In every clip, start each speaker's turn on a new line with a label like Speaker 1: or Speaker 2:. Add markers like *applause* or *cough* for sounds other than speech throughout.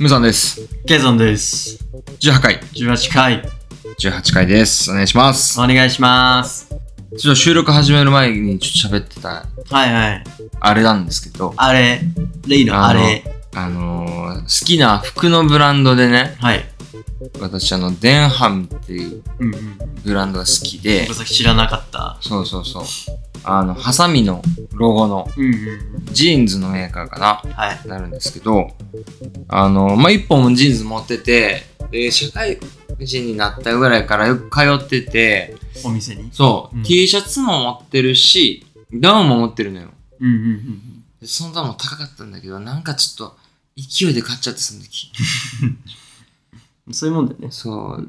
Speaker 1: ムさんです。
Speaker 2: ケイゾンです。
Speaker 1: 18回。
Speaker 2: 18回、
Speaker 1: 18回です。お願いします。
Speaker 2: お願いします。
Speaker 1: ちょっと収録始める前にちょっと喋ってた、
Speaker 2: はいはい。
Speaker 1: あれなんですけど、
Speaker 2: あれ、レイのあれ。
Speaker 1: あのー好きな服のブランドでね、
Speaker 2: はい。
Speaker 1: 私あの、デンハムっていう
Speaker 2: うんうん。
Speaker 1: ブランドが好きで
Speaker 2: 僕、さっき知らなかった。
Speaker 1: そうそうそう。あの、ハサミのロゴの
Speaker 2: うんうん。
Speaker 1: ジーンズのメーカーかな
Speaker 2: はい。
Speaker 1: なるんですけど、あの、まあ、一本もジーンズ持ってて、で、社会人になったぐらいからよく通ってて、
Speaker 2: お店に。
Speaker 1: そう、
Speaker 2: うん
Speaker 1: T シャツも持ってるし、ダウンも持ってるのよ。
Speaker 2: うんうんうん。
Speaker 1: で、そのダウンも高かったんだけど、なんかちょっと、勢いで買っちゃって、その時。
Speaker 2: うんそういうもんだよね。
Speaker 1: そう、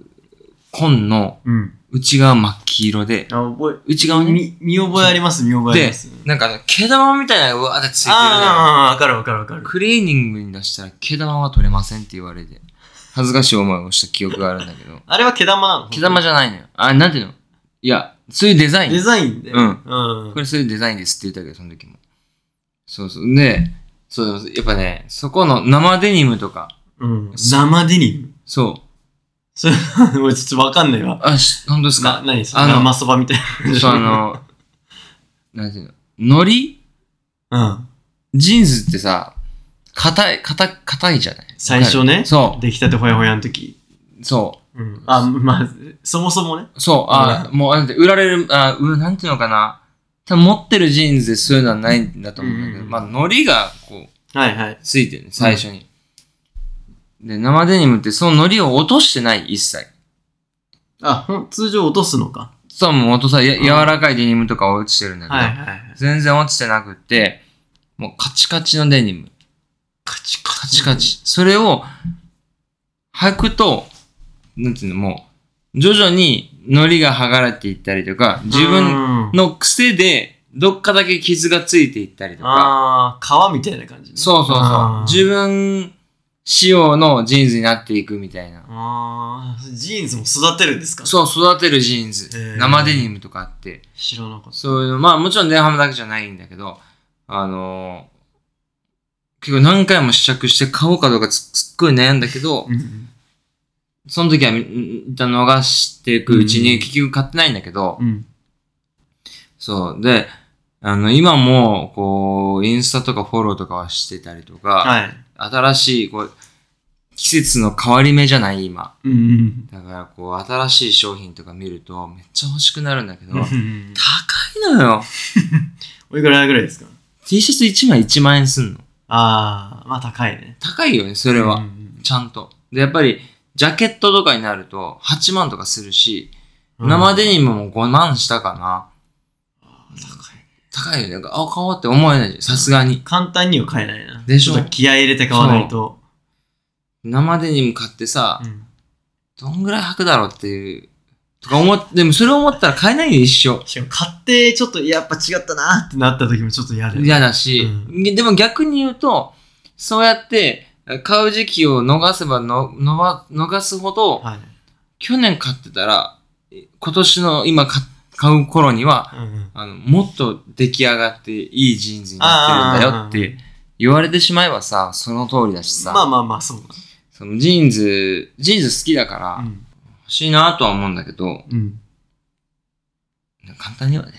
Speaker 1: 紺の
Speaker 2: うん。
Speaker 1: 内側真っ黄色で、
Speaker 2: あ、覚
Speaker 1: 内
Speaker 2: え、
Speaker 1: 側に、
Speaker 2: 見、見覚えあります、見覚えあり
Speaker 1: で
Speaker 2: ます。、
Speaker 1: なんかあの毛玉みたいなのがうわーってついてるのよ。
Speaker 2: あーあー、あーわかるわかるわかる。
Speaker 1: クリーニングに出したら毛玉は取れませんって言われて、恥ずかしい思いをした記憶があるんだけど、
Speaker 2: あれは毛玉なの
Speaker 1: 毛玉じゃないのよ。あ、なんていうのいや、そういうデザイン。
Speaker 2: デザインで。
Speaker 1: うん
Speaker 2: うん
Speaker 1: こ。れそういうデザインですって言ったけど、その時も。そうそう。で、そう、やっぱね、そこの生デニムとか、
Speaker 2: うん。生デニム。
Speaker 1: そう。
Speaker 2: それ、 *laughs* 俺ちょっとわかんないわ。
Speaker 1: あ、し本当です
Speaker 2: な、
Speaker 1: か
Speaker 2: 何そ
Speaker 1: あ
Speaker 2: れ
Speaker 1: の
Speaker 2: 生そばみたいな。
Speaker 1: そう、あの、なんていうの、海
Speaker 2: うん。
Speaker 1: 苔ジーンズってさ、硬い、硬い、硬いじゃない
Speaker 2: 最初ね
Speaker 1: そ
Speaker 2: 出来たてほやほやの時。
Speaker 1: う、そ
Speaker 2: うん。あ、まあ、そもそもね。
Speaker 1: う、そう、あ、もう、なんて売られる、あ、う、なんていうのかな。多分持ってるジーンズでそういうのはないんだと思うんだけど、
Speaker 2: うんうん
Speaker 1: まあ、海苔が、こう、
Speaker 2: はいはい。
Speaker 1: ついてるね、最初に。で、生デニムってその糊を落としてない、一切。
Speaker 2: あ、ほん、通常落とすのか。
Speaker 1: 実はもう落とさ、や
Speaker 2: うん
Speaker 1: 柔らかいデニムとかは落ちてるんだけど、
Speaker 2: はいはいはい。
Speaker 1: 全然落ちてなくって、もうカチカチのデニム。
Speaker 2: カチカ
Speaker 1: カチカ。チ。それを、履くと、なんていうの、もう、徐々に糊が剥がれていったりとか、自分
Speaker 2: 分。
Speaker 1: の癖で、どっかだけ傷がついていったりとか、
Speaker 2: あー、皮みたいな感じね。
Speaker 1: そうそうそう
Speaker 2: あ。ー
Speaker 1: 自分仕様のジーンズになっていくみたいな。
Speaker 2: あー、ジーンズも育てるんですか
Speaker 1: そう、育てるジーンズ
Speaker 2: へ。ー
Speaker 1: 生デニムとかあって。
Speaker 2: 知らなかっ
Speaker 1: そういうの、まあもちろんデンハムだけじゃないんだけど、あのー結構何回も試着して買おうかどうかすすっごい悩んだけど
Speaker 2: た。、うん。
Speaker 1: その時はみん一旦逃していくうち
Speaker 2: う
Speaker 1: に
Speaker 2: ん
Speaker 1: 結局買ってないんだけど、
Speaker 2: うん。
Speaker 1: そう。で、あの、今も、こう、インスタとかフォローとかはしてたりとか、
Speaker 2: はい。
Speaker 1: 新しい、こう、季節の変わり目じゃない今。
Speaker 2: うんうん
Speaker 1: だから、こう、新しい商品とか見ると、めっちゃ欲しくなるんだけど、
Speaker 2: うんう
Speaker 1: 高
Speaker 2: ん。
Speaker 1: いのよ。
Speaker 2: おいくらぐらいですか
Speaker 1: T シャツ1枚1万円すんの。
Speaker 2: あー、まあ高いね。
Speaker 1: 高いよね、そ
Speaker 2: こ
Speaker 1: れは。ちゃんと。で、やっぱり、ジャケットとかになると、8万とかするし、生デニ
Speaker 2: に。
Speaker 1: ムも5万したかな。
Speaker 2: あー高い。
Speaker 1: 高いよね。なんかあ、買おうって思えないじゃん。さすがに。
Speaker 2: 簡単には買えないな。
Speaker 1: でしょ
Speaker 2: ちっと気合い入れて買わないと。
Speaker 1: 生デニム買ってさ
Speaker 2: う、ん
Speaker 1: どんぐらい履くだろうっていう。とか思って、でもそれ思ったら買えないよ、一生。
Speaker 2: しかも買って、ちょっとやっぱ違ったなーってなった時もちょっと嫌だよね。
Speaker 1: 嫌だし、
Speaker 2: う
Speaker 1: でも逆に言うと、そうやって、買う時期を逃せばの、のば、逃すほど、
Speaker 2: はい。
Speaker 1: 去年買ってたら、今年の今買買う頃には、
Speaker 2: うんうん
Speaker 1: あの、もっと出来上がっていいジーンズになってるんだよっ
Speaker 2: あーあー
Speaker 1: て言われてしまえばさ、その通りだしさ、
Speaker 2: まあまあまあ、そうだ。
Speaker 1: そのジーンズ、ジーンズ好きだから
Speaker 2: う
Speaker 1: 欲
Speaker 2: ん。
Speaker 1: しいなとは思うんだけど、
Speaker 2: うん。
Speaker 1: 簡単にはね。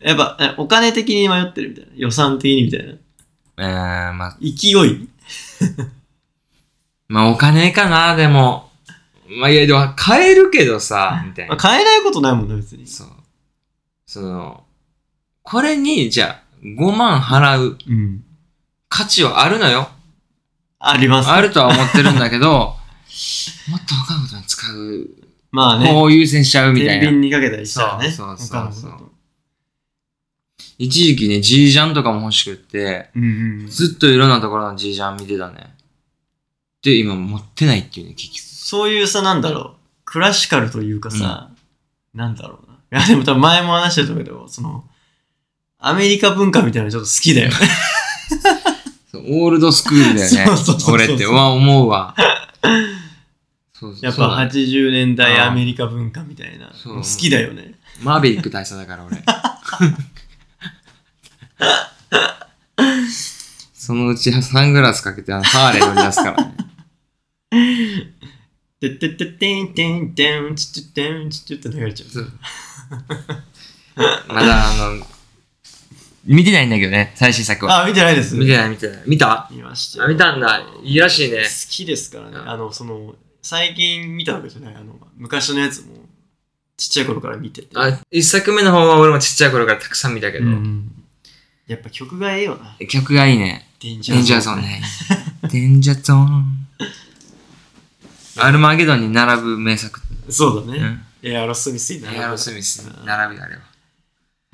Speaker 2: やっぱ、えお金的に迷ってるみたいな。予算的にみたいな。
Speaker 1: えー、まあ、
Speaker 2: 勢い。
Speaker 1: まあお金かな、でも。まあいや、でも買えるけどさ、みたい
Speaker 2: まあ、
Speaker 1: な。
Speaker 2: 買えないことないもんね、別に。
Speaker 1: そう。その、これに、じゃあ、5万払う
Speaker 2: うん。
Speaker 1: 価値はあるのよ。
Speaker 2: あります。
Speaker 1: あるとは思ってるんだけ
Speaker 2: *laughs*
Speaker 1: ど、もっと他のことに使う
Speaker 2: まあ
Speaker 1: こ
Speaker 2: ね。
Speaker 1: う優先しちゃうみた
Speaker 2: 天
Speaker 1: いな。
Speaker 2: 秤にかけたりしたらね。
Speaker 1: そうそうそうそう
Speaker 2: 他のことと
Speaker 1: 一時期ね、G ジャンとかも欲しくって、
Speaker 2: うんうん。
Speaker 1: ずっといろんなところの G ジャン見てたね。で、今持ってないっていうね、結局。
Speaker 2: そういうさ、なんだろう。クラシカルというかさ、なんだろうな。いや、でも多分前も話してたけど、その、アメリカ文化みたいなのちょっと好きだよね。
Speaker 1: *laughs* そうオールドスクールだよね。
Speaker 2: そうそうそうそう
Speaker 1: 俺って、うわ、思うわ。そうそう
Speaker 2: やっ
Speaker 1: そう
Speaker 2: ぱ
Speaker 1: だね
Speaker 2: 80年代
Speaker 1: あー
Speaker 2: アメリカ文化みたいな。
Speaker 1: そう
Speaker 2: 好きだよね。
Speaker 1: マーベリック大佐だから、俺。 *laughs* そのうちサングラスかけてあのハーレー乗り出すからね。
Speaker 2: てってってってんてんてんちちてんちちって流れちゃう。
Speaker 1: まだあの、見てないんだけどね、最新作は。
Speaker 2: あ、見てないです。
Speaker 1: 見てない見てない。見た
Speaker 2: 見ましたよ
Speaker 1: あ見たんだ。いいらしいね
Speaker 2: 好。きですからね。あの、その、最近見たわけじゃない。あの、昔のやつも、ちっちゃい頃から見てて。
Speaker 1: あ、一作目の方は俺もちっちゃい頃からたくさん見たけ
Speaker 2: う
Speaker 1: ど。
Speaker 2: ん。やっぱ曲がええよな。
Speaker 1: 曲がいいね。
Speaker 2: デンジ
Speaker 1: デンジャーゾーン。ね。 *laughs* デンジャーゾーン。 *laughs* アルマゲドンに並ぶ名作。
Speaker 2: そうだ
Speaker 1: う
Speaker 2: ね。。エアロスミスに並ぶ
Speaker 1: エアロスミスに並びがあれば。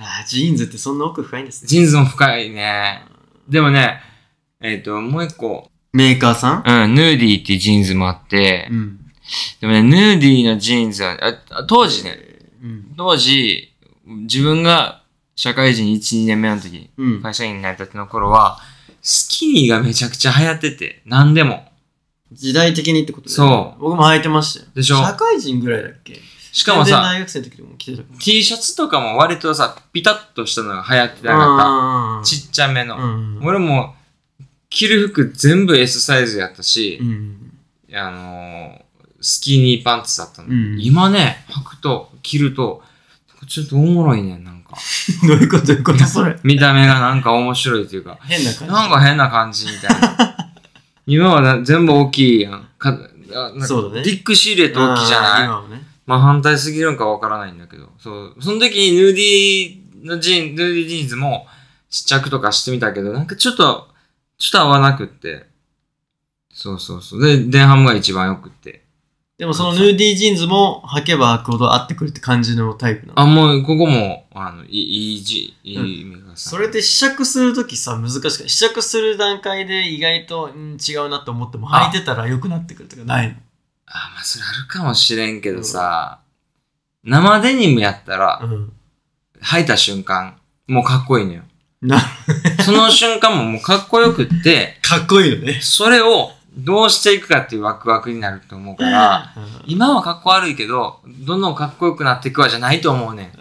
Speaker 2: あージーンズってそんな奥深いんですね。
Speaker 1: ジーンズも深いね。でもね、えっ、と、もう一個。
Speaker 2: メーカーさん
Speaker 1: うん、ヌーディーっていうジーンズもあって、
Speaker 2: うん。
Speaker 1: でもね、ヌーディーのジーンズは、あ当時ね、
Speaker 2: うん。
Speaker 1: 当時、自分が社会人1、2年目の時、
Speaker 2: うん。
Speaker 1: 会社員になりたての頃は、スキニーがめちゃくちゃ流行ってて、何でも。
Speaker 2: 時代的にってことだよね
Speaker 1: そ
Speaker 2: 僕も履いてましたよ。
Speaker 1: でしょ
Speaker 2: 社会人ぐらいだっけ
Speaker 1: う。しかも
Speaker 2: 全
Speaker 1: さ、
Speaker 2: 然大学生の時でも着てたかも
Speaker 1: T シャツとかも割とさ、ピタッとしたのが流行ってなかっ
Speaker 2: あ
Speaker 1: た。
Speaker 2: ー
Speaker 1: ちっちゃめ
Speaker 2: う
Speaker 1: の。
Speaker 2: んうん
Speaker 1: 俺も、着る服全部 S サイズやったし
Speaker 2: う、ん。
Speaker 1: あのースキニーパンツだったの。
Speaker 2: うん
Speaker 1: 今ね、履くと、着ると、ちょっとおもろいね、なんか。
Speaker 2: どういうことどういうことそれ。
Speaker 1: 見た目がなんか面白いというか、
Speaker 2: 変な感じ。
Speaker 1: なんか変な感じみたい
Speaker 2: *laughs*
Speaker 1: な。今はな全部大きいやん。かあなんか
Speaker 2: そうだね
Speaker 1: ディックシルエット大きいじゃない
Speaker 2: あー今はね。
Speaker 1: まあ反対すぎるんかわからないんだけど。そう。その時にヌーディーのジーン、ヌーディージーンズも試着とかしてみたけど、なんかちょっと、ちょっと合わなくって。そうそうそう。で、デンハムが一番よくって。
Speaker 2: でもそのヌーディージーンズも履けば履くほど合ってくるって感じのタイプなの。
Speaker 1: あ、もう、ここも、あの、いい、いい字、いい意味がさ。
Speaker 2: それって試着するときさ、難しくない試着する段階で意外と、うん、違うなと思っても
Speaker 1: あ
Speaker 2: 履いてたら良くなってくるとかないの
Speaker 1: あ、まあ、それあるかもしれんけどさ、生デニムやったら、
Speaker 2: うん。
Speaker 1: 履いた瞬間、もうかっこいいのよ。
Speaker 2: な、
Speaker 1: その瞬間ももうかっこよくって、
Speaker 2: かっこいいよね。
Speaker 1: それをどうしていくかっていうワクワクになると思うから、今はかっこ悪いけど、どんどんかっこよくなっていくわじゃないと思うねん。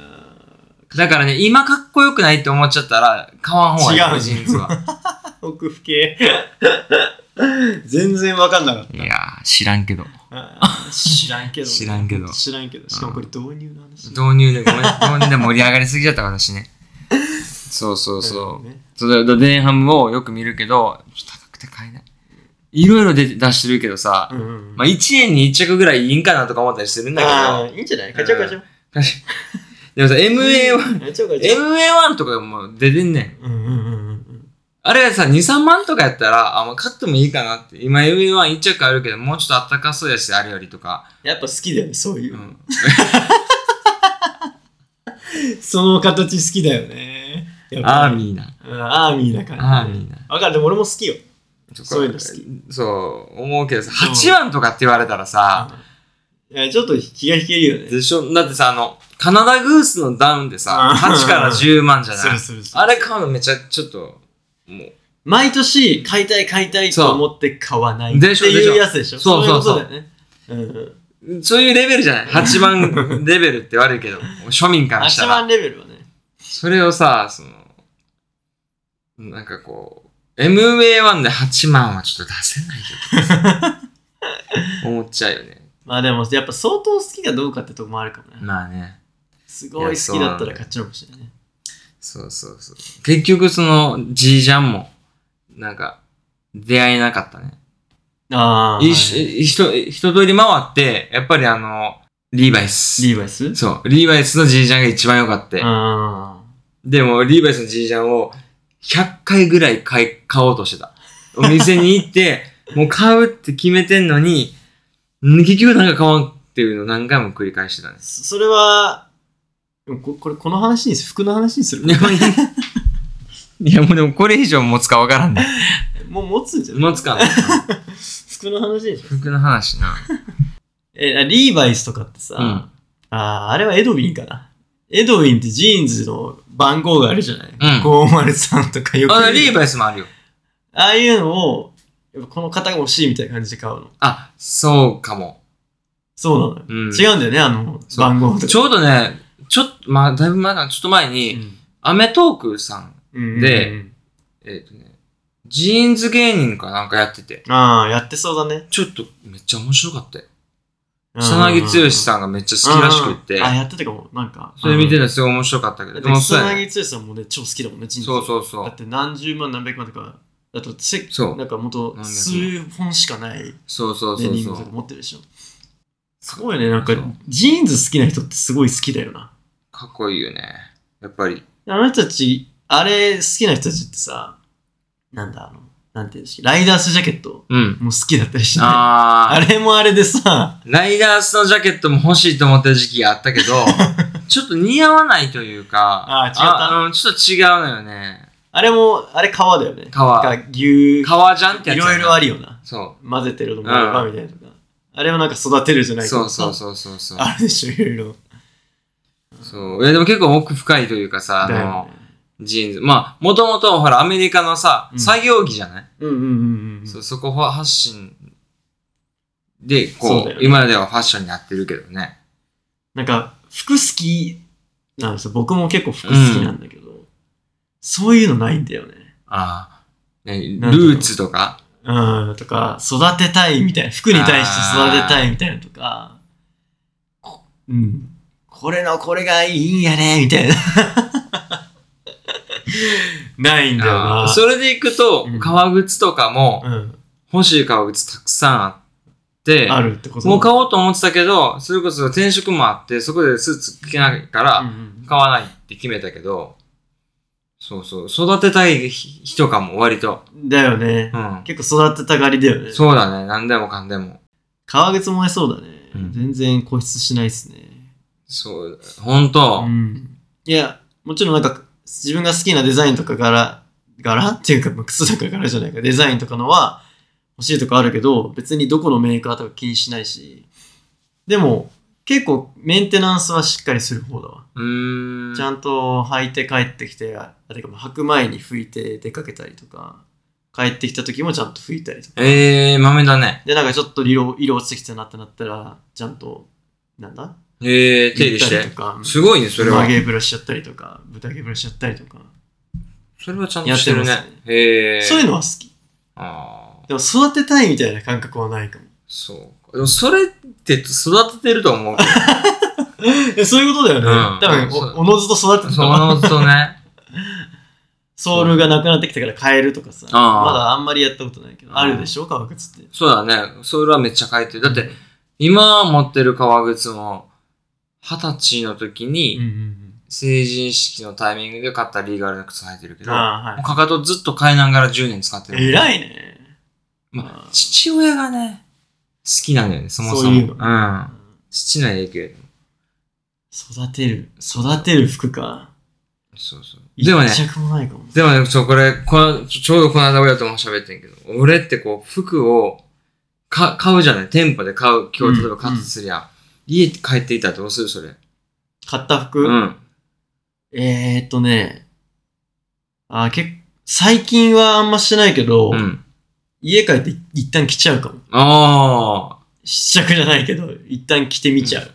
Speaker 1: だからね、今かっこよくないって思っちゃったら、買わん方がいい
Speaker 2: 違
Speaker 1: よ、
Speaker 2: う
Speaker 1: ジーンズ
Speaker 2: *laughs*
Speaker 1: は。
Speaker 2: *laughs* 奥深え。 *laughs* 全然わかんなかっ
Speaker 1: いやー、知らんけど。
Speaker 2: た。知らんけど、
Speaker 1: 知らんけど
Speaker 2: 知らんけど。しかもこれ導入の話。
Speaker 1: 導入でごめん導入で盛り上がりすぎちゃった私ねそうそうそう、
Speaker 2: ね
Speaker 1: そうだからデンハムをよく見るけどちょっと高くて買えないいろいろ出て出してるけどさ、
Speaker 2: うんうんうん。
Speaker 1: まあ1円に1着ぐらいいいんかなとか思ったりするんだ
Speaker 2: あ
Speaker 1: け
Speaker 2: ーいいんじゃないガチャガチャ。
Speaker 1: どでもさ MA1
Speaker 2: ガチャガチャ。
Speaker 1: MA1 とかも出てんねん
Speaker 2: うんうんうんうんうん。
Speaker 1: あれがさ、2、3万とかやったら、あ、もう買ってもいいかなって。今 MA11 着あるけど、もうちょっとあったかそうやし、あれよりとか。
Speaker 2: やっぱ好きだよね、そういうう。
Speaker 1: ん。
Speaker 2: その形好きだよね。やっぱ
Speaker 1: アーミーな。
Speaker 2: うんアーミーな感じ。
Speaker 1: アーミーな。
Speaker 2: わかる、でも俺も好きよ。そういうの好
Speaker 1: き。そう、思うけどさ、8万とかって言われたらさ、
Speaker 2: いや、ちょっと気が引けるよね。
Speaker 1: でしょだってさ、あの、カナダグースのダウンでさ、
Speaker 2: うん
Speaker 1: 8から10万じゃない
Speaker 2: するする
Speaker 1: あれ買うのめちゃ、ちょっと、もう、
Speaker 2: 毎年、買いたい買いたいと思って買わないって
Speaker 1: でしょでしょ
Speaker 2: いうやつでしょ。
Speaker 1: そうそうそう
Speaker 2: いことだよね。うんうん。
Speaker 1: そういうレベルじゃない ?8 万レベルって悪いけど、庶民からした
Speaker 2: 8
Speaker 1: ら
Speaker 2: 万。レベルはね。
Speaker 1: それをさ、その、なんかこう、MA1 で8万はちょっと出せないけ
Speaker 2: *laughs*
Speaker 1: ど、思っちゃうよね。
Speaker 2: まあでも、やっぱ相当好きかどうかってとこもあるかもね。
Speaker 1: まあね。
Speaker 2: すごい好きだったら買っちゃうかもしれないね。
Speaker 1: そうそうそう。結局その、じいちゃんも、なんか、出会えなかったね。
Speaker 2: ああ。
Speaker 1: 一緒一一一通り回って、やっぱりあの、リーバイス。
Speaker 2: リーバイス
Speaker 1: そう、リーバイスのじいちゃんが一番良かった。
Speaker 2: あ
Speaker 1: でも、リーバイスのじいちゃんを100回ぐらい買い買おうとしてた。お店に行 *laughs* って、もう買うって決めてんのに、ん結局なんか買わんっていうのを何回も繰り返してたね
Speaker 2: あ。。そそれは、でもここれ、この話にす、服の話にする
Speaker 1: いや、もうい *laughs* やもうでもこれ以上持つかわからんね。
Speaker 2: もう持つんじゃない
Speaker 1: 持つかな。
Speaker 2: 服の話でしょ。
Speaker 1: 服の話な。
Speaker 2: え、あリーバイスとかってさ、
Speaker 1: うん。
Speaker 2: あーあれはエドウィンかな。エドウィンってジーンズの番号があるじゃない、
Speaker 1: うん
Speaker 2: ?503 とかよく
Speaker 1: あ、
Speaker 2: 言
Speaker 1: リー
Speaker 2: う
Speaker 1: バイスもあるよ。
Speaker 2: ああいうのを、やっぱこの方が欲しいみたいな感じで買うの。
Speaker 1: あ、そうかも。
Speaker 2: そうなのよ。
Speaker 1: うん。
Speaker 2: 違うんだよね、あの、
Speaker 1: そう
Speaker 2: 番号とか。
Speaker 1: ちょうどね、ちょっと、まあ、だいぶ前かな、ちょっと前
Speaker 2: う
Speaker 1: に、
Speaker 2: ん
Speaker 1: アメトークさん、
Speaker 2: うん
Speaker 1: で、えっ、とね、ジーンズ芸人かなんかやってて、
Speaker 2: ああ、やってそうだね。
Speaker 1: ちょっとめっちゃ面白かったよ。
Speaker 2: うん
Speaker 1: 草薙剛さんがめっちゃ好きらしくって
Speaker 2: うん、あ、やってたかも。なんか。
Speaker 1: それ見て
Speaker 2: うん
Speaker 1: たらすごい面白かったけど、
Speaker 2: だ
Speaker 1: で
Speaker 2: って
Speaker 1: も
Speaker 2: 草
Speaker 1: そうやね
Speaker 2: 薙剛さんもね、超好きだもんね、人生
Speaker 1: そうそうそ
Speaker 2: だっ
Speaker 1: う。
Speaker 2: て何十万何百万とか、だとせ
Speaker 1: そう
Speaker 2: なんかもっと
Speaker 1: 何百万
Speaker 2: 数本しかない
Speaker 1: そうそう
Speaker 2: デ
Speaker 1: そう
Speaker 2: ニ
Speaker 1: そ
Speaker 2: ム
Speaker 1: う
Speaker 2: とか。持ってるでしょ。すごいね、なんか
Speaker 1: そう
Speaker 2: ジーンズ好きな人ってすごい好きだよな。
Speaker 1: かっこいいよね。やっぱり。
Speaker 2: あの人たち、あれ好きな人たちってさ、なんだ、あの、なんていうんですか、ライダースジャケット
Speaker 1: うん。
Speaker 2: も好きだったりしない
Speaker 1: あ
Speaker 2: あれもあれでさ、
Speaker 1: ー、ライダースのジャケットも欲しいと思った時期があったけ
Speaker 2: *laughs*
Speaker 1: ど、ちょっと似合わないというか、
Speaker 2: あー違った
Speaker 1: あうんちょっと違うのよね。
Speaker 2: あれも、あれ革だよね。
Speaker 1: 革
Speaker 2: なんか牛、
Speaker 1: 革じゃんってや
Speaker 2: い
Speaker 1: つや
Speaker 2: ろ
Speaker 1: ない
Speaker 2: ろあるよな。
Speaker 1: そ
Speaker 2: 混ぜてるのもあればみたいなとか。あれはなんか育てるじゃ
Speaker 1: う。
Speaker 2: ないけ
Speaker 1: そ
Speaker 2: ど
Speaker 1: う
Speaker 2: さ
Speaker 1: そうそうそうそう。
Speaker 2: あるでしょ、いろいろ。
Speaker 1: そう。いや、でも結構奥深いというかさ、あ
Speaker 2: だよ
Speaker 1: の、
Speaker 2: ね
Speaker 1: ジーンズ。まあ、もともとほら、アメリカのさ、
Speaker 2: うん
Speaker 1: 作業着じゃない、
Speaker 2: うんうんうんうん。
Speaker 1: そうそこは発信で、
Speaker 2: そ
Speaker 1: こ
Speaker 2: う
Speaker 1: う
Speaker 2: だよね
Speaker 1: 今ではファッションになってるけどね。
Speaker 2: なんか、服好きなんですよ。僕も結構服好きなんだけど、そういうのないんだよね。
Speaker 1: ああ、ね、ル
Speaker 2: なんていうの
Speaker 1: ーツとか。
Speaker 2: うん、とか、育てたいみたいな、服に対して育てたいみたいなとか、こうん、これのこれがいいんやね、みたいな。 *laughs* ないんだよ
Speaker 1: あ
Speaker 2: な。
Speaker 1: あそれでいくと
Speaker 2: うん、
Speaker 1: 革靴とかも、
Speaker 2: うん、
Speaker 1: 欲しい革靴たくさんあって、
Speaker 2: あるってこと
Speaker 1: もう買おうと思ってたけど、それこそ転職もあって、そこでスーツ着けないから、
Speaker 2: うんうん
Speaker 1: 買わないって決めたけど、そうそう、育てたい人かも、割と。
Speaker 2: だよね
Speaker 1: う。ん。
Speaker 2: 結構育てたがりだよね。
Speaker 1: そうだね、何でもかんでも。
Speaker 2: 革靴燃えそうだね。
Speaker 1: うん
Speaker 2: 全然固執しないっすね。
Speaker 1: そう、ほんと
Speaker 2: う、ん。いや、もちろんなんか、自分が好きなデザインとか柄、柄っていうか、まあ靴だから柄じゃないか、デザインとかのは欲しいとかあるけど、別にどこのメーカーとか気にしないし、でも、結構メンテナンスはしっかりする方だわ。
Speaker 1: うーん。
Speaker 2: ちゃんと履いて帰ってきて、あ、てかまあ履く前に拭いて出かけたりとか、帰ってきた時もちゃんと拭いたりとか。
Speaker 1: ええー、豆だね。
Speaker 2: で、なんかちょっと色、色落ちてきたなってなったら、ちゃんと、なんだ
Speaker 1: ええー、手入れし
Speaker 2: 行ったり
Speaker 1: て
Speaker 2: と。か、
Speaker 1: すごいね、それは
Speaker 2: 馬。毛ブラシやったりとか、豚毛ブラシやったりとか。
Speaker 1: それはちゃんとしてるね
Speaker 2: やってま。
Speaker 1: へえー。
Speaker 2: そういうのは好き。
Speaker 1: ああ、
Speaker 2: でも育てたいみたいな感覚はないか
Speaker 1: *laughs*
Speaker 2: も。
Speaker 1: そうか。でもそれって育ててると思う *laughs* け
Speaker 2: えそういうことだよね。
Speaker 1: うん
Speaker 2: 多分
Speaker 1: そう
Speaker 2: お、おのずと育て
Speaker 1: ど。
Speaker 2: て
Speaker 1: そ
Speaker 2: たわ
Speaker 1: のとね。
Speaker 2: ソールがなくなってきたから変えるとかさ。ま
Speaker 1: ああ
Speaker 2: だあんまりやったことないけ
Speaker 1: うん
Speaker 2: ど。あるでしょ革靴って。
Speaker 1: そうだね。それはめっちゃ書いてる。だって、、今持ってる革靴も、二十歳の時
Speaker 2: うん
Speaker 1: に
Speaker 2: う、ん
Speaker 1: 成人式のタイミングで買ったリーガルの靴履いてるけ
Speaker 2: うん。
Speaker 1: ど、
Speaker 2: あ
Speaker 1: もう
Speaker 2: あ、
Speaker 1: かかとずっと買いながら10年使って
Speaker 2: はい。
Speaker 1: る。
Speaker 2: 偉いね。
Speaker 1: まあ、父親がね、好きなんだよね、そもそも。
Speaker 2: そういうの
Speaker 1: ん。父の影響でも
Speaker 2: 育てる。育てる服か。
Speaker 1: そうそう。
Speaker 2: 一
Speaker 1: でもね、
Speaker 2: 着もないかも。
Speaker 1: でもね、そう、これ、このちょちょうどこの間親とも喋ってんけど、俺ってこう、服を、か、買うじゃない店舗で買う。今日、例えば買ったとすりゃ、家帰っていたらどうするそれ。
Speaker 2: 買った服、
Speaker 1: うん。
Speaker 2: えーっとね。あー、結構最近はあんましてないけど、
Speaker 1: うん。
Speaker 2: 家帰って一旦着ちゃうかも。
Speaker 1: ああ、
Speaker 2: 試着じゃないけど、一旦着てみちゃう。
Speaker 1: うん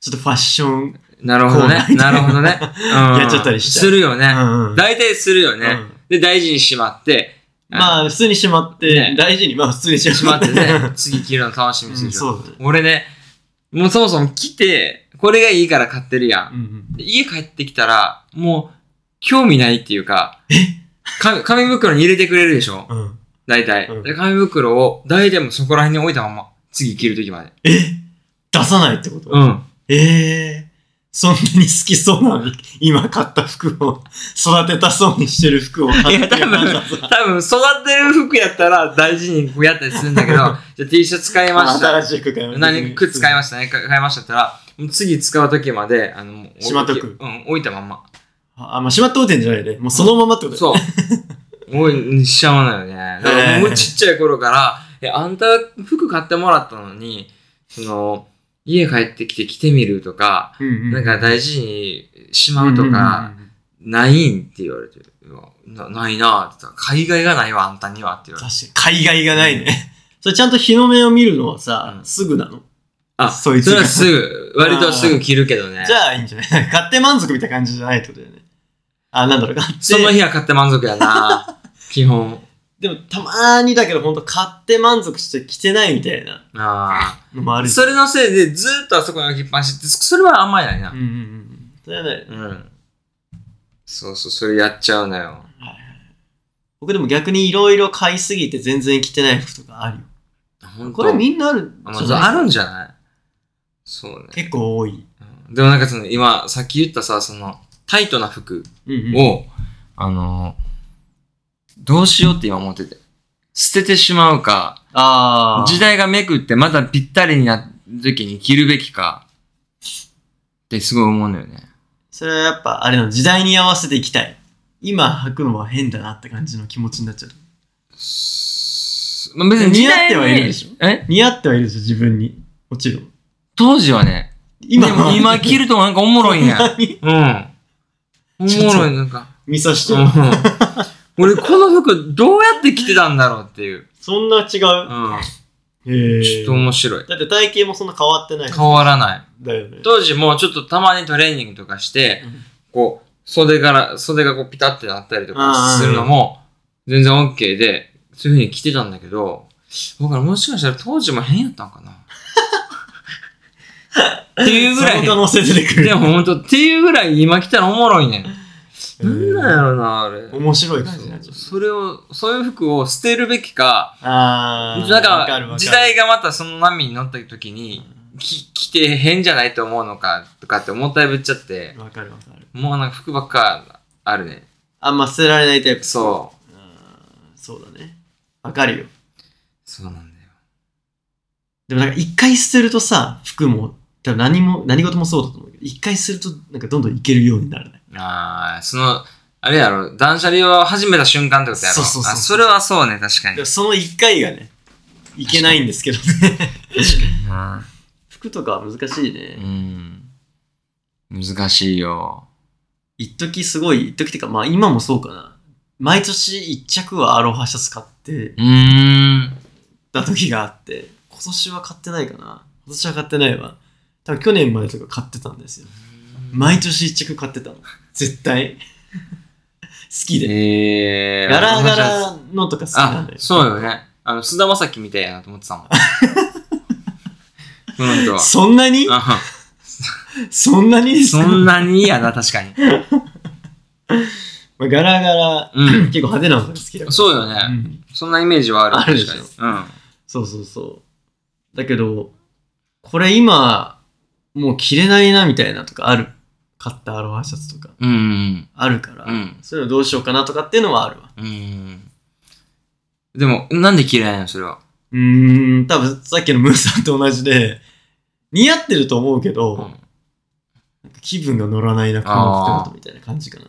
Speaker 2: ちょっとファッション、
Speaker 1: なるほどね
Speaker 2: こう。
Speaker 1: なるほどね。うん。
Speaker 2: やっちゃったりしちゃう
Speaker 1: するよね。
Speaker 2: うんうん
Speaker 1: 大体するよね。
Speaker 2: うん
Speaker 1: で、大事にしまって、あ、
Speaker 2: まあ、普通にしまって、
Speaker 1: ね
Speaker 2: 大事に、まあ、普通にし
Speaker 1: しまってね、次着るの楽しみ
Speaker 2: う
Speaker 1: に
Speaker 2: ん
Speaker 1: するじゃん
Speaker 2: そうだね。
Speaker 1: 俺ね、もうそもそも来て、これがいいから買ってるや。
Speaker 2: うんん
Speaker 1: で家帰ってきたら、もう、興味ないっていう *laughs* か、紙紙袋に入れてくれるでしょ
Speaker 2: うん。うん。
Speaker 1: 大体
Speaker 2: うん。
Speaker 1: で紙袋を、大体もうそこら辺に置いたまま、次着るときまで。
Speaker 2: え出さないってこと、
Speaker 1: うん。
Speaker 2: ええそんなに好きそうなのに、今買った服を、育てたそうにしてる服を買って
Speaker 1: いや多分
Speaker 2: わざわざ
Speaker 1: 多分、育てる服やったら大事にこうやったりするん
Speaker 2: *laughs*
Speaker 1: だけど、じゃあ T シャツ買いました。
Speaker 2: *laughs* 新しい服買いました。
Speaker 1: 何靴使いましたね、か買いましたって言ったら、もう次使う時まで、あの、もう
Speaker 2: しまっとく
Speaker 1: うん、置いたまんま。
Speaker 2: あ、まあ、しまっておいてんじゃないで、もうそのままってことう。 *laughs*
Speaker 1: そう。もう、しちゃうのよね。だからもうちっちゃい頃から、え、あんた服買ってもらったのに、その、家帰ってきて着てみるとか、
Speaker 2: うんうん、
Speaker 1: なんか大事にしまうとか、
Speaker 2: うんうんうん
Speaker 1: ないんって言われて、いやなないなって言ったら、海外がないわ、あんたにはって言われて。
Speaker 2: 確かに、海外がないね。それちゃんと日の目を見るのはさ、
Speaker 1: うん
Speaker 2: すぐなの
Speaker 1: あ
Speaker 2: そいつ
Speaker 1: それ
Speaker 2: が
Speaker 1: はすぐ、割とすぐ着るけどね。
Speaker 2: じゃあいいんじゃない *laughs* 買って満足みたいな感じじゃないってことだよね。あ、なんだろう、買って。
Speaker 1: その日は買って満足やな基本。
Speaker 2: でもたまにだけど本当買って満足して着てないみたいな
Speaker 1: あ
Speaker 2: のもあ
Speaker 1: あ。
Speaker 2: るし
Speaker 1: それのせいでずーっとあそこに置きっぱなしって、それは甘えないな
Speaker 2: うん。うんうんそれはね
Speaker 1: うん。そうそう、それやっちゃうのよ。
Speaker 2: 僕でも逆にいろいろ買いすぎて全然着てない服とかあるよ
Speaker 1: ほんと
Speaker 2: これみんなある
Speaker 1: あま
Speaker 2: じゃ
Speaker 1: あ
Speaker 2: ない
Speaker 1: あるんじゃないそうね。
Speaker 2: 結構多い
Speaker 1: うんでもなんかその、今、さっき言ったさ、その、タイトな服
Speaker 2: うんうん
Speaker 1: を、あの、どうしようって今思ってて。捨ててしまうか、
Speaker 2: ああ
Speaker 1: 時代がめくってまだぴったりになる時に着るべきか、ってすごい思うのよね。
Speaker 2: それはやっぱあれの時代に合わせていきたい今履くのは変だなって感じの気持ちになっちゃう
Speaker 1: まあ、別に時代に
Speaker 2: 似合ってはいるでしょ
Speaker 1: え
Speaker 2: 似合ってはいるでしょ自分にもちろん
Speaker 1: 当時はね、今
Speaker 2: 今は
Speaker 1: 今着るとなんかおもろいんや。うん。お
Speaker 2: ちょっ
Speaker 1: も
Speaker 2: と
Speaker 1: ろい、なんか。
Speaker 2: 見さして
Speaker 1: う
Speaker 2: よ、
Speaker 1: ん *laughs* 俺、この服どうやって着てたんだろうっていう。
Speaker 2: そんな違
Speaker 1: う。
Speaker 2: うんへえ
Speaker 1: ちょっと面白い。
Speaker 2: だって体型もそんな変わってない
Speaker 1: 変わらない。
Speaker 2: だよね
Speaker 1: 当時もうちょっとたまにトレーニングとかして、こう、袖から、袖がこうピタってなったりとかするのも、全然 OK で、そういう風に着てたんだけど、だからもしかしたら当時も変やったん *laughs* かな。っていうぐらい
Speaker 2: その可能性出てくる
Speaker 1: でもほんと、っていうぐらい今来たらおもろいねん。
Speaker 2: へー
Speaker 1: なんだろうな、あれ。
Speaker 2: 面白い感じになっち
Speaker 1: そ
Speaker 2: ゃ
Speaker 1: う
Speaker 2: う
Speaker 1: それを、そういう服を捨てるべきか、
Speaker 2: ああ
Speaker 1: なん
Speaker 2: わかるわ
Speaker 1: か
Speaker 2: かる
Speaker 1: 時代がまたその波に乗った時に、き着て変じゃないと思うのかとかって思ったいぶっちゃって、
Speaker 2: わかるわかる
Speaker 1: もうなんか服ばっかあるね。
Speaker 2: あんま捨てられないタイプ
Speaker 1: そ
Speaker 2: うんそうだねわかるよ
Speaker 1: う。そうなんだよ。
Speaker 2: でもなんか一回捨てるとさ服も多分何も何事もそうだと思うけど一回するとなんかどんどんいけるようになるね
Speaker 1: ああ、その、あれやろ、断捨離を始めた瞬間ってことやろ。
Speaker 2: そうそうそう
Speaker 1: あそれはそうね、確かに
Speaker 2: でも。その一回がねいけないんですけどね服とかは難しいね
Speaker 1: うん。難しいよ。
Speaker 2: 一時すごい一時っていうかまあ今もそうかな毎年一着はアロハシャツ買って
Speaker 1: うーん。
Speaker 2: た時があって今年は買ってないかな今年は買ってないわ多分去年までとか買ってたんですよ毎年一着買ってたの絶対好きで
Speaker 1: えー。
Speaker 2: ガラガラのとか好きな
Speaker 1: あ
Speaker 2: んだ、よ
Speaker 1: そうよね。あの、菅田将暉みたいやなと思ってたもん。 *laughs* この人
Speaker 2: *laughs*
Speaker 1: は。
Speaker 2: そんなに
Speaker 1: あ
Speaker 2: そんなにです
Speaker 1: そ
Speaker 2: か、
Speaker 1: んなに嫌だ、確かに。
Speaker 2: まあ、ガラガラ、
Speaker 1: うん
Speaker 2: 結構派手なのが好きだから
Speaker 1: そうよね
Speaker 2: うん
Speaker 1: そんなイメージはある。
Speaker 2: あるでしょ
Speaker 1: 確か
Speaker 2: そうそうそうだけどこれ今もう着れないなみたいなとかある買ったアロハシャツとか
Speaker 1: に。うん。
Speaker 2: あるから、
Speaker 1: うん。
Speaker 2: そういうのどうしようかなとかっていうのはあるわ
Speaker 1: うん。うん。でも、なんで嫌いなのそれは。
Speaker 2: うーん多分さっきのムーさんと同じで似合ってると思うけど、
Speaker 1: うん
Speaker 2: なんか気分が乗らないなこの服だとみたいな感じかな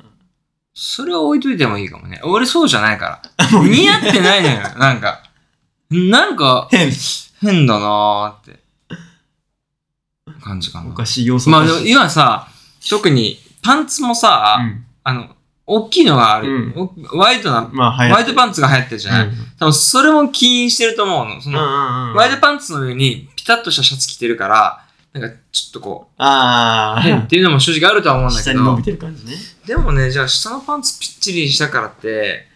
Speaker 1: それは置いといてもいいかもね。俺そうじゃない
Speaker 2: *laughs*
Speaker 1: か
Speaker 2: も
Speaker 1: ら。
Speaker 2: う
Speaker 1: 似合ってないのよ。なんか。なんか、
Speaker 2: 変
Speaker 1: 変だなーって。感じか
Speaker 2: お
Speaker 1: な。
Speaker 2: かしい要素
Speaker 1: まあ、
Speaker 2: お
Speaker 1: で
Speaker 2: か
Speaker 1: も
Speaker 2: しい
Speaker 1: 今さ、特に、パンツもさ、
Speaker 2: うん
Speaker 1: あの、大きいのがある。
Speaker 2: う
Speaker 1: おワイドな、
Speaker 2: まあは
Speaker 1: ワイドパ
Speaker 2: ン
Speaker 1: ンツが流行ってるじゃない、
Speaker 2: うん
Speaker 1: 多分それも起因してると思うの。そ
Speaker 2: うんう
Speaker 1: の、
Speaker 2: んうん、
Speaker 1: ワイドパンツの上にピタッとしたシャツ着てるから、なんかちょっとこう、
Speaker 2: あ
Speaker 1: 変っ
Speaker 2: あ、
Speaker 1: ていうのも正直あるとは思うんだ
Speaker 2: 下
Speaker 1: け
Speaker 2: に伸び
Speaker 1: ど。
Speaker 2: てる感じね。
Speaker 1: でもね、じゃあ下のパンツぴっちりしたからって、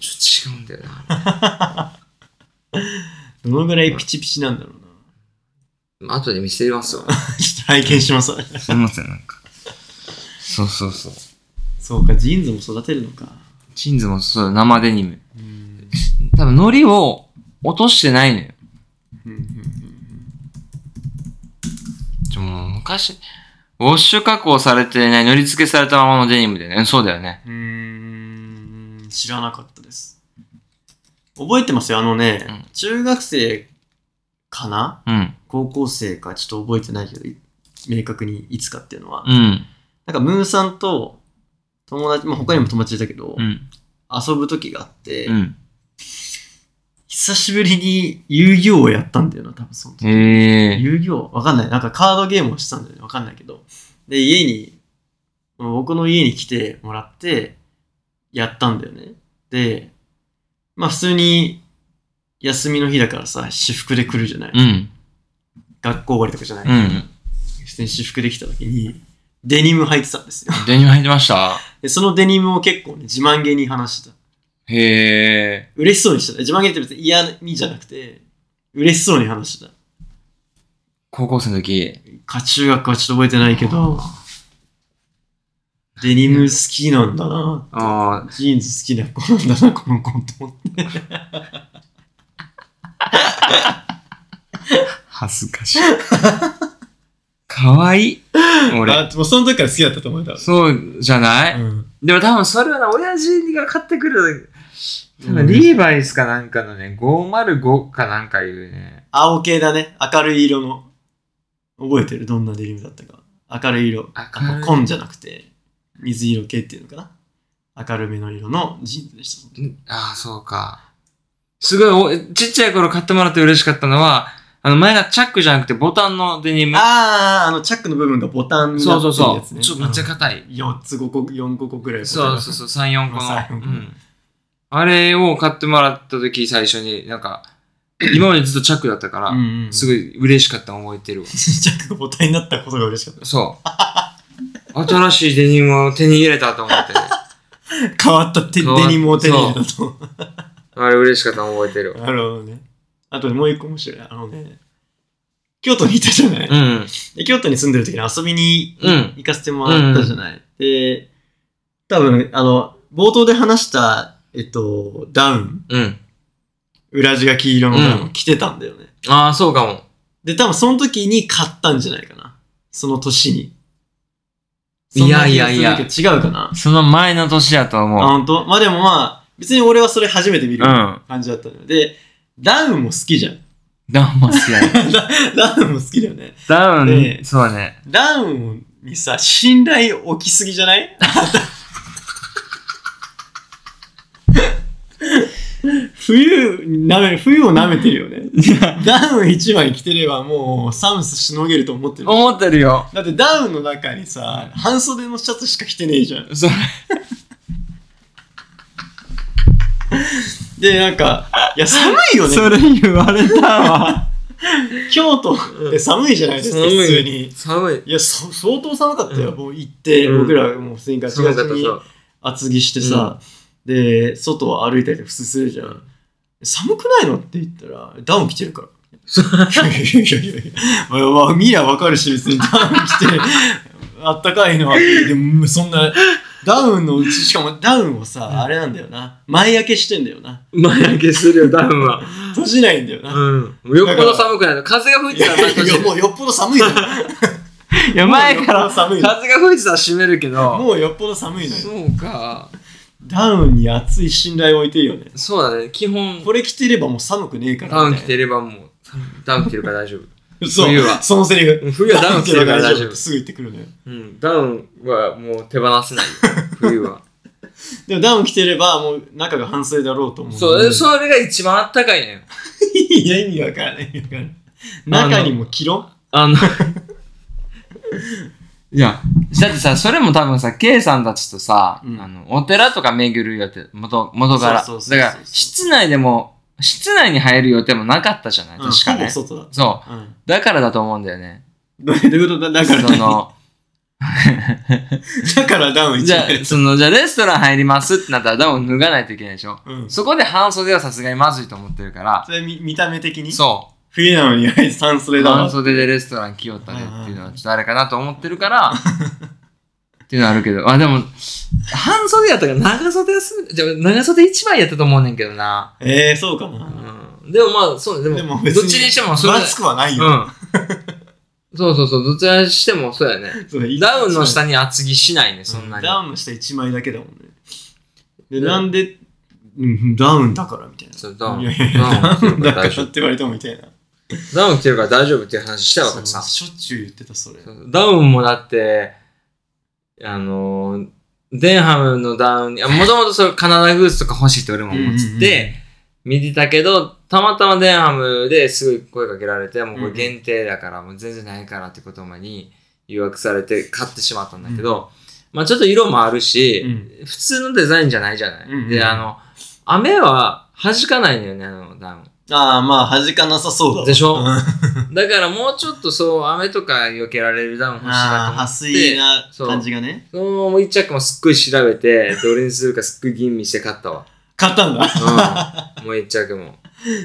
Speaker 1: ちょっと違うんだよな。
Speaker 2: どのぐらいピチピチなんだろうな。
Speaker 1: まあ後で見せますわ。
Speaker 2: ちょっと拝見します。
Speaker 1: すいません、なんか。そうそうそう。
Speaker 2: そうか、ジーンズも育てるのか。
Speaker 1: チンズもそうだ、生デニム。
Speaker 2: うん。
Speaker 1: 多分、糊を落としてないのよ。
Speaker 2: うんうんうん
Speaker 1: ちょ、もう昔、ウォッシュ加工されてない、塗り付けされたままのデニムでね。そうだよね。
Speaker 2: うんうーん、知らなかったです。覚えてますよ、あのね、
Speaker 1: うん
Speaker 2: 中学生かな
Speaker 1: うん。
Speaker 2: 高校生か、ちょっと覚えてないけど、い明確にいつかっていうのは。
Speaker 1: うん。
Speaker 2: なんか、ムーさんと友達、まあ、他にも友達いたけど、
Speaker 1: うん。
Speaker 2: 遊ぶ時があって、
Speaker 1: うん。
Speaker 2: 久しぶりに遊戯王をやったんだよな、多分その時
Speaker 1: へえ。
Speaker 2: 遊戯王わかんない。なんかカードゲームをしてたんだよね。わかんないけど。で、家に、僕の家に来てもらって、やったんだよね。で、まあ普通に、休みの日だからさ、私服で来るじゃない。
Speaker 1: うん。
Speaker 2: 学校終わりとかじゃない。
Speaker 1: うん。
Speaker 2: 普通に私服で来た時に、デニム履いてたんですよ。
Speaker 1: デニム入ってました
Speaker 2: で、そのデニムを結構ね、自慢げに話してた。
Speaker 1: へえ。
Speaker 2: 嬉しそうにしてた。自慢げって別に嫌味じゃなくて、嬉しそうに話してた。
Speaker 1: 高校生の時。
Speaker 2: か、中学はちょっと覚えてないけど、デニム好きなんだな。
Speaker 1: ああ、
Speaker 2: ジーンズ好きな子なんだな、この子と思って。
Speaker 1: 恥ずかしい。かわいい。俺。
Speaker 2: あ、もうその時から好きだったと思えた。
Speaker 1: そうじゃない、
Speaker 2: うん。
Speaker 1: でも多分それはな、親父が買ってくる。多
Speaker 2: うん
Speaker 1: 分リーバイスかなんかのね、505かなんかいうね。
Speaker 2: 青系だね。明るい色の。覚えてるどんなデニムだったか。明るい色。
Speaker 1: 明るい
Speaker 2: 紺じゃなくて、水色系っていうのかな。明るめの色のジーンズでした。
Speaker 1: ああ、そうか。すごいお、ちっちゃい頃買ってもらって嬉しかったのは、あの前がチャックじゃなくてボタンのデニム。
Speaker 2: あー、あの、チャックの部分がボタンに
Speaker 1: そ
Speaker 2: な
Speaker 1: うそう
Speaker 2: ってる
Speaker 1: そ
Speaker 2: や
Speaker 1: う。
Speaker 2: つね。
Speaker 1: ちょっとめっちゃ
Speaker 2: うん
Speaker 1: 硬い。
Speaker 2: 4つ5個、4個ぐらいボタン
Speaker 1: そ
Speaker 2: が。
Speaker 1: うそうそう、3、4個
Speaker 2: 3 4個
Speaker 1: の。うん。あれを買ってもらった時最初に、なんか、今までずっとチャックだったから、
Speaker 2: うんうん。
Speaker 1: す
Speaker 2: ごい。
Speaker 1: ごい嬉しかったの覚えてるわ。
Speaker 2: *laughs* チャックがボタンになったことが嬉しかっ
Speaker 1: そう。新しいデニムを手に入れたと思って、
Speaker 2: た。変わったテ
Speaker 1: 変わっ
Speaker 2: デニムを手に入れたと。
Speaker 1: あれ嬉しかったの覚えてるわ。
Speaker 2: *laughs* なるほどね。あとねもう一個面白い。あのね、京都にいたじゃない、
Speaker 1: うん。
Speaker 2: で京都に住んでる時に遊びに
Speaker 1: うん
Speaker 2: 行かせてもらったじゃない、で、多分、あの、冒頭で話した、えっと、ダウン、
Speaker 1: うん。
Speaker 2: 裏地が黄色のダウン、
Speaker 1: うん
Speaker 2: 着てたんだよね。
Speaker 1: ああ、そうかも。
Speaker 2: で、多分その時に買ったんじゃないかな。その年に。
Speaker 1: いやいやいや
Speaker 2: そんな気がするけど違うかな。
Speaker 1: その前の年やと
Speaker 2: あ、
Speaker 1: 思う。
Speaker 2: 本当？まあでもまあ、別に俺はそれ初めて見る
Speaker 1: うん。
Speaker 2: 感じだったのよ、で、ダウンも好きじゃん。
Speaker 1: ダウンも好きだね。
Speaker 2: ダウンも好きだよね。
Speaker 1: ダウン、
Speaker 2: ねえ
Speaker 1: そうだね。
Speaker 2: ダウンにさ、信頼置きすぎじゃない *laughs* 冬なめ、冬を舐めてるよね。ダウン1枚着てればもう寒さしのげると思ってる。
Speaker 1: 思ってるよ。
Speaker 2: だってダウンの中にさ、半袖のシャツしか着てねえじゃん。
Speaker 1: それ。
Speaker 2: で、なんか、いや、寒いよね。
Speaker 1: れ言われたわ。
Speaker 2: 京都って寒いじゃないですか、
Speaker 1: 寒い
Speaker 2: 普通に。
Speaker 1: 寒い。
Speaker 2: いや、そ相当寒かったよ。
Speaker 1: うん
Speaker 2: もう行って、
Speaker 1: うん
Speaker 2: 僕らもう普通にガチガチに
Speaker 1: そう。
Speaker 2: 厚着してさ、で外を歩いたりとか普通するじゃん寒くないのって言ったらダウン着てるから *laughs* いやいやいやいやいや、まあ、見りゃわかるし別にダウン着て *laughs* あったかいのはでもそんなダウンのうちしかもダウンをさ、
Speaker 1: うん
Speaker 2: あれなんだよな前焼けしてんだよな
Speaker 1: 前開けするよ、ダウンは。
Speaker 2: 閉じないんだよな、
Speaker 1: うん。よっぽど寒くないの。風が吹い
Speaker 2: い
Speaker 1: てた
Speaker 2: や
Speaker 1: ら
Speaker 2: い
Speaker 1: 毎
Speaker 2: や
Speaker 1: 年。
Speaker 2: もう *laughs* よっぽど寒いのよ
Speaker 1: いや、前から
Speaker 2: 寒い
Speaker 1: *laughs*
Speaker 2: の
Speaker 1: 風が吹いてたら閉めるけど。
Speaker 2: もうよっぽど寒いのよ
Speaker 1: そうか。
Speaker 2: ダウンに熱い信頼を置いてるよね
Speaker 1: そうだね。基本、
Speaker 2: これ着てればもう寒くねえから
Speaker 1: ダウン
Speaker 2: み
Speaker 1: 着
Speaker 2: たいな
Speaker 1: てればもう、ダウン着てるから大丈夫。
Speaker 2: そう
Speaker 1: 冬は
Speaker 2: そのセリフ
Speaker 1: 冬はダウン着てるから大丈夫。
Speaker 2: すぐ言ってくるのよ。
Speaker 1: うん。ダウンはもう手放せない *laughs* よ。冬は。
Speaker 2: でもダウン着てれば、もう中が半袖だろうと思う。
Speaker 1: そう、
Speaker 2: う。
Speaker 1: それが一番あったかいのよ。
Speaker 2: *laughs* いや、意味わからない。意味わからない中にも着ろ
Speaker 1: あの、いや、だってさ、それも多分さ、K さんたちとさ、
Speaker 2: うん
Speaker 1: あのお寺とか巡る予定、元元から。
Speaker 2: そうそうそうそう
Speaker 1: だから、室内でも、室内に入る予定もなかったじゃない、
Speaker 2: うん
Speaker 1: 確か
Speaker 2: ほぼ
Speaker 1: ね。そう
Speaker 2: 外だ。うん。
Speaker 1: だからだと思うんだよね。
Speaker 2: どういうことだだから
Speaker 1: その、
Speaker 2: *laughs* だからダウン一
Speaker 1: じゃ
Speaker 2: 枚
Speaker 1: あ、。その、じゃあレストラン入りますってなったら、ダウン脱がないといけないでしょ。
Speaker 2: うん。そ
Speaker 1: そこで半袖はさすがにまずいと思ってるから、
Speaker 2: れ見見た目的に
Speaker 1: そう。
Speaker 2: 冬なのにあいつ半袖だわ
Speaker 1: 半。袖でレストラン来よったねっていうのはちょっとあれかなと思ってるから、
Speaker 2: *laughs*
Speaker 1: っていうのはあるけど、あ、でも、半袖やったから長袖はすじゃあ長袖一枚やったと思うねんけどな。
Speaker 2: ええー、そうか
Speaker 1: う
Speaker 2: な。
Speaker 1: ん。でもまあ、そうね、で
Speaker 2: でも
Speaker 1: も、
Speaker 2: 別に
Speaker 1: どっちにしてもそれ
Speaker 2: マスクはないよ。
Speaker 1: うん。そうそうそう、どちらにしてもそうやね。
Speaker 2: そうだ
Speaker 1: ダウンの下に厚着しないね、そん
Speaker 2: う
Speaker 1: なんに。
Speaker 2: ダウンの下一枚だけだもんね。で、
Speaker 1: うん
Speaker 2: なんで、うん、ダウンだからみたいな。
Speaker 1: そうダウン
Speaker 2: いやいやいや
Speaker 1: ダウン着てるか
Speaker 2: だ
Speaker 1: ら
Speaker 2: か
Speaker 1: 大
Speaker 2: らって
Speaker 1: 丈夫
Speaker 2: 言われてもみたいな。
Speaker 1: ダウン着てるから大丈夫っていう話したわ、たくさん。
Speaker 2: そうしょっちゅう言ってた、それ。
Speaker 1: そうダウンもだって、あのー、デンハムのダウンに、あもともとそれカナダグースとか欲しいって俺も思ってて、見てたけど、たまたまデンハムですぐ声かけられて、もうこれ限定だから、もう全然ないからってことまに誘惑されて買ってしまったんだけど、まあちょっと色もあるし、
Speaker 2: う
Speaker 1: 普通のデザインじゃないじゃない。
Speaker 2: うんうん
Speaker 1: で、あの、雨は弾かないのよね、あのダウン。
Speaker 2: ああ、まあ、弾かなさそうだわ
Speaker 1: でしょ
Speaker 2: うん
Speaker 1: だからもうちょっとそう、雨とか避けられるダウン欲しいなと
Speaker 2: あ
Speaker 1: 思
Speaker 2: あ、
Speaker 1: って。
Speaker 2: 破水な
Speaker 1: そう
Speaker 2: 感じがね。
Speaker 1: そのまま一着もすっごい調べて、どれにするかすっごい吟味して買ったわ。
Speaker 2: 買ったんだ。
Speaker 1: うん。もう一着も。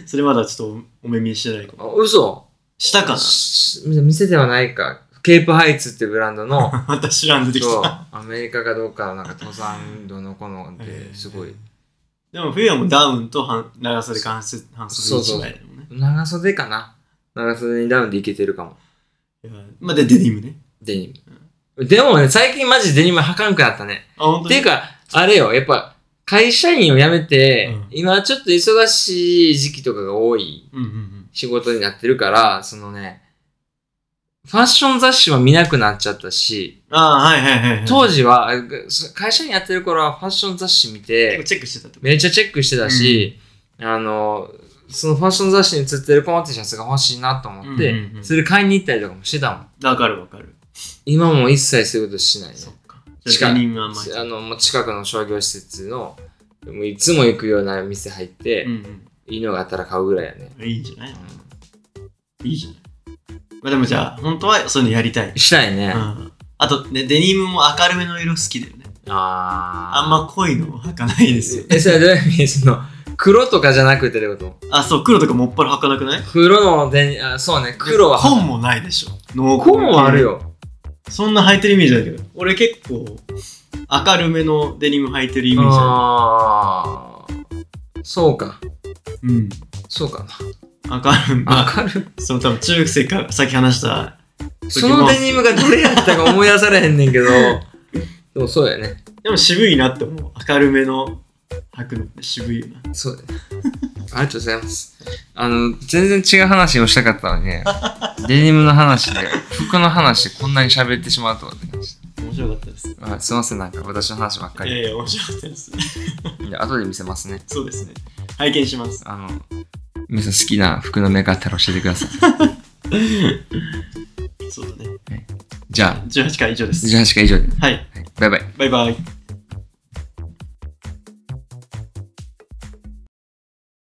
Speaker 2: それまだちょっとお目見してないかも。
Speaker 1: あ、嘘
Speaker 2: したか
Speaker 1: し店ではないか。ケープハイツっていうブランド
Speaker 2: *laughs*
Speaker 1: の、
Speaker 2: なまた知らん出てき
Speaker 1: そう
Speaker 2: た。、
Speaker 1: アメリカかどうかのなんか登山どのこので、すごい。
Speaker 2: でも冬はもうダウンと半長袖関節半袖
Speaker 1: そうそ
Speaker 2: 一
Speaker 1: う
Speaker 2: 枚だもんね。
Speaker 1: 長袖かな長袖にダウンでいけてるかも。
Speaker 2: いやまあでデニムね。
Speaker 1: デニム。でもね、最近マジデニム履かんくなったね。
Speaker 2: あ、本
Speaker 1: っ
Speaker 2: 当
Speaker 1: て
Speaker 2: に
Speaker 1: いうか、あれよ、やっぱ、会社員を辞めて、
Speaker 2: うん
Speaker 1: 今ちょっと忙しい時期とかが多い
Speaker 2: うんうんうん。
Speaker 1: 仕事になってるから、そのね、ファッション雑誌は見なくなっちゃったし、
Speaker 2: ああ、はいはいはいはい。
Speaker 1: 当時は、あぐそ会社員やってる頃はファッション雑誌見
Speaker 2: 結
Speaker 1: て
Speaker 2: 構、チェックしてたってこと
Speaker 1: めっちゃチェックしてたし、あの、そのファッション雑誌に写ってるこの T シャツが欲しいなと思って、
Speaker 2: うんうんうん
Speaker 1: それ買いに行ったりとかもしてたもん。
Speaker 2: わかるわかる。
Speaker 1: 今も一切そういうことしないね。
Speaker 2: そっか。
Speaker 1: し
Speaker 2: じゃ
Speaker 1: か
Speaker 2: あデニムはあんまり。
Speaker 1: あの、もう近くの商業施設の、もういつも行くような店入って、
Speaker 2: うん
Speaker 1: いいのがあったら買うぐらいやね。
Speaker 2: うん。いいんじゃないいいじゃない。まあでもじゃあ、本当はそういうのやりたい。
Speaker 1: したいね。
Speaker 2: うん。あと、ね、デニムも明るめの色好きだよね。
Speaker 1: あー。
Speaker 2: あんま濃いのは履かないですよ。
Speaker 1: え、それはどういう意味その、黒とかじゃなくてってこと
Speaker 2: あ、そう、黒とかもっぱら履かなくない
Speaker 1: 黒ので、あそうね、黒は。
Speaker 2: 紺もないでしょ。濃厚
Speaker 1: 紺はある。よ。
Speaker 2: そんな履いてるイメージだけど。俺結構、明るめのデニム履いてるイメージあ
Speaker 1: あー。そうか。
Speaker 2: る。うん。
Speaker 1: そうかな。
Speaker 2: 明るめ。まあ、
Speaker 1: 明る
Speaker 2: その多分中学生からさっき話した。
Speaker 1: い。そのデニムがどれやったか思い出されへんねんけど。でもそうやね。
Speaker 2: でも渋いなって思う。明るめの履くのって渋いよな。
Speaker 1: そうだね。ありがとうございます。あの、全然違う話をしたかったのにね、デニムの話で、服の話でこんなに喋ってしまうとはね
Speaker 2: 面白かったです。
Speaker 1: あすいません、なんか私の話ばっか
Speaker 2: い
Speaker 1: り。
Speaker 2: やいや、面白かったです。
Speaker 1: いや後で見せますね。
Speaker 2: そうですね。拝見します。
Speaker 1: あの、皆さん好きな服のメーカーあったら教えてください。
Speaker 2: そうだね。
Speaker 1: じゃあ、
Speaker 2: 18回以上です。
Speaker 1: 18回以上で。
Speaker 2: はい。
Speaker 1: はいバイバイ。
Speaker 2: バイバイ。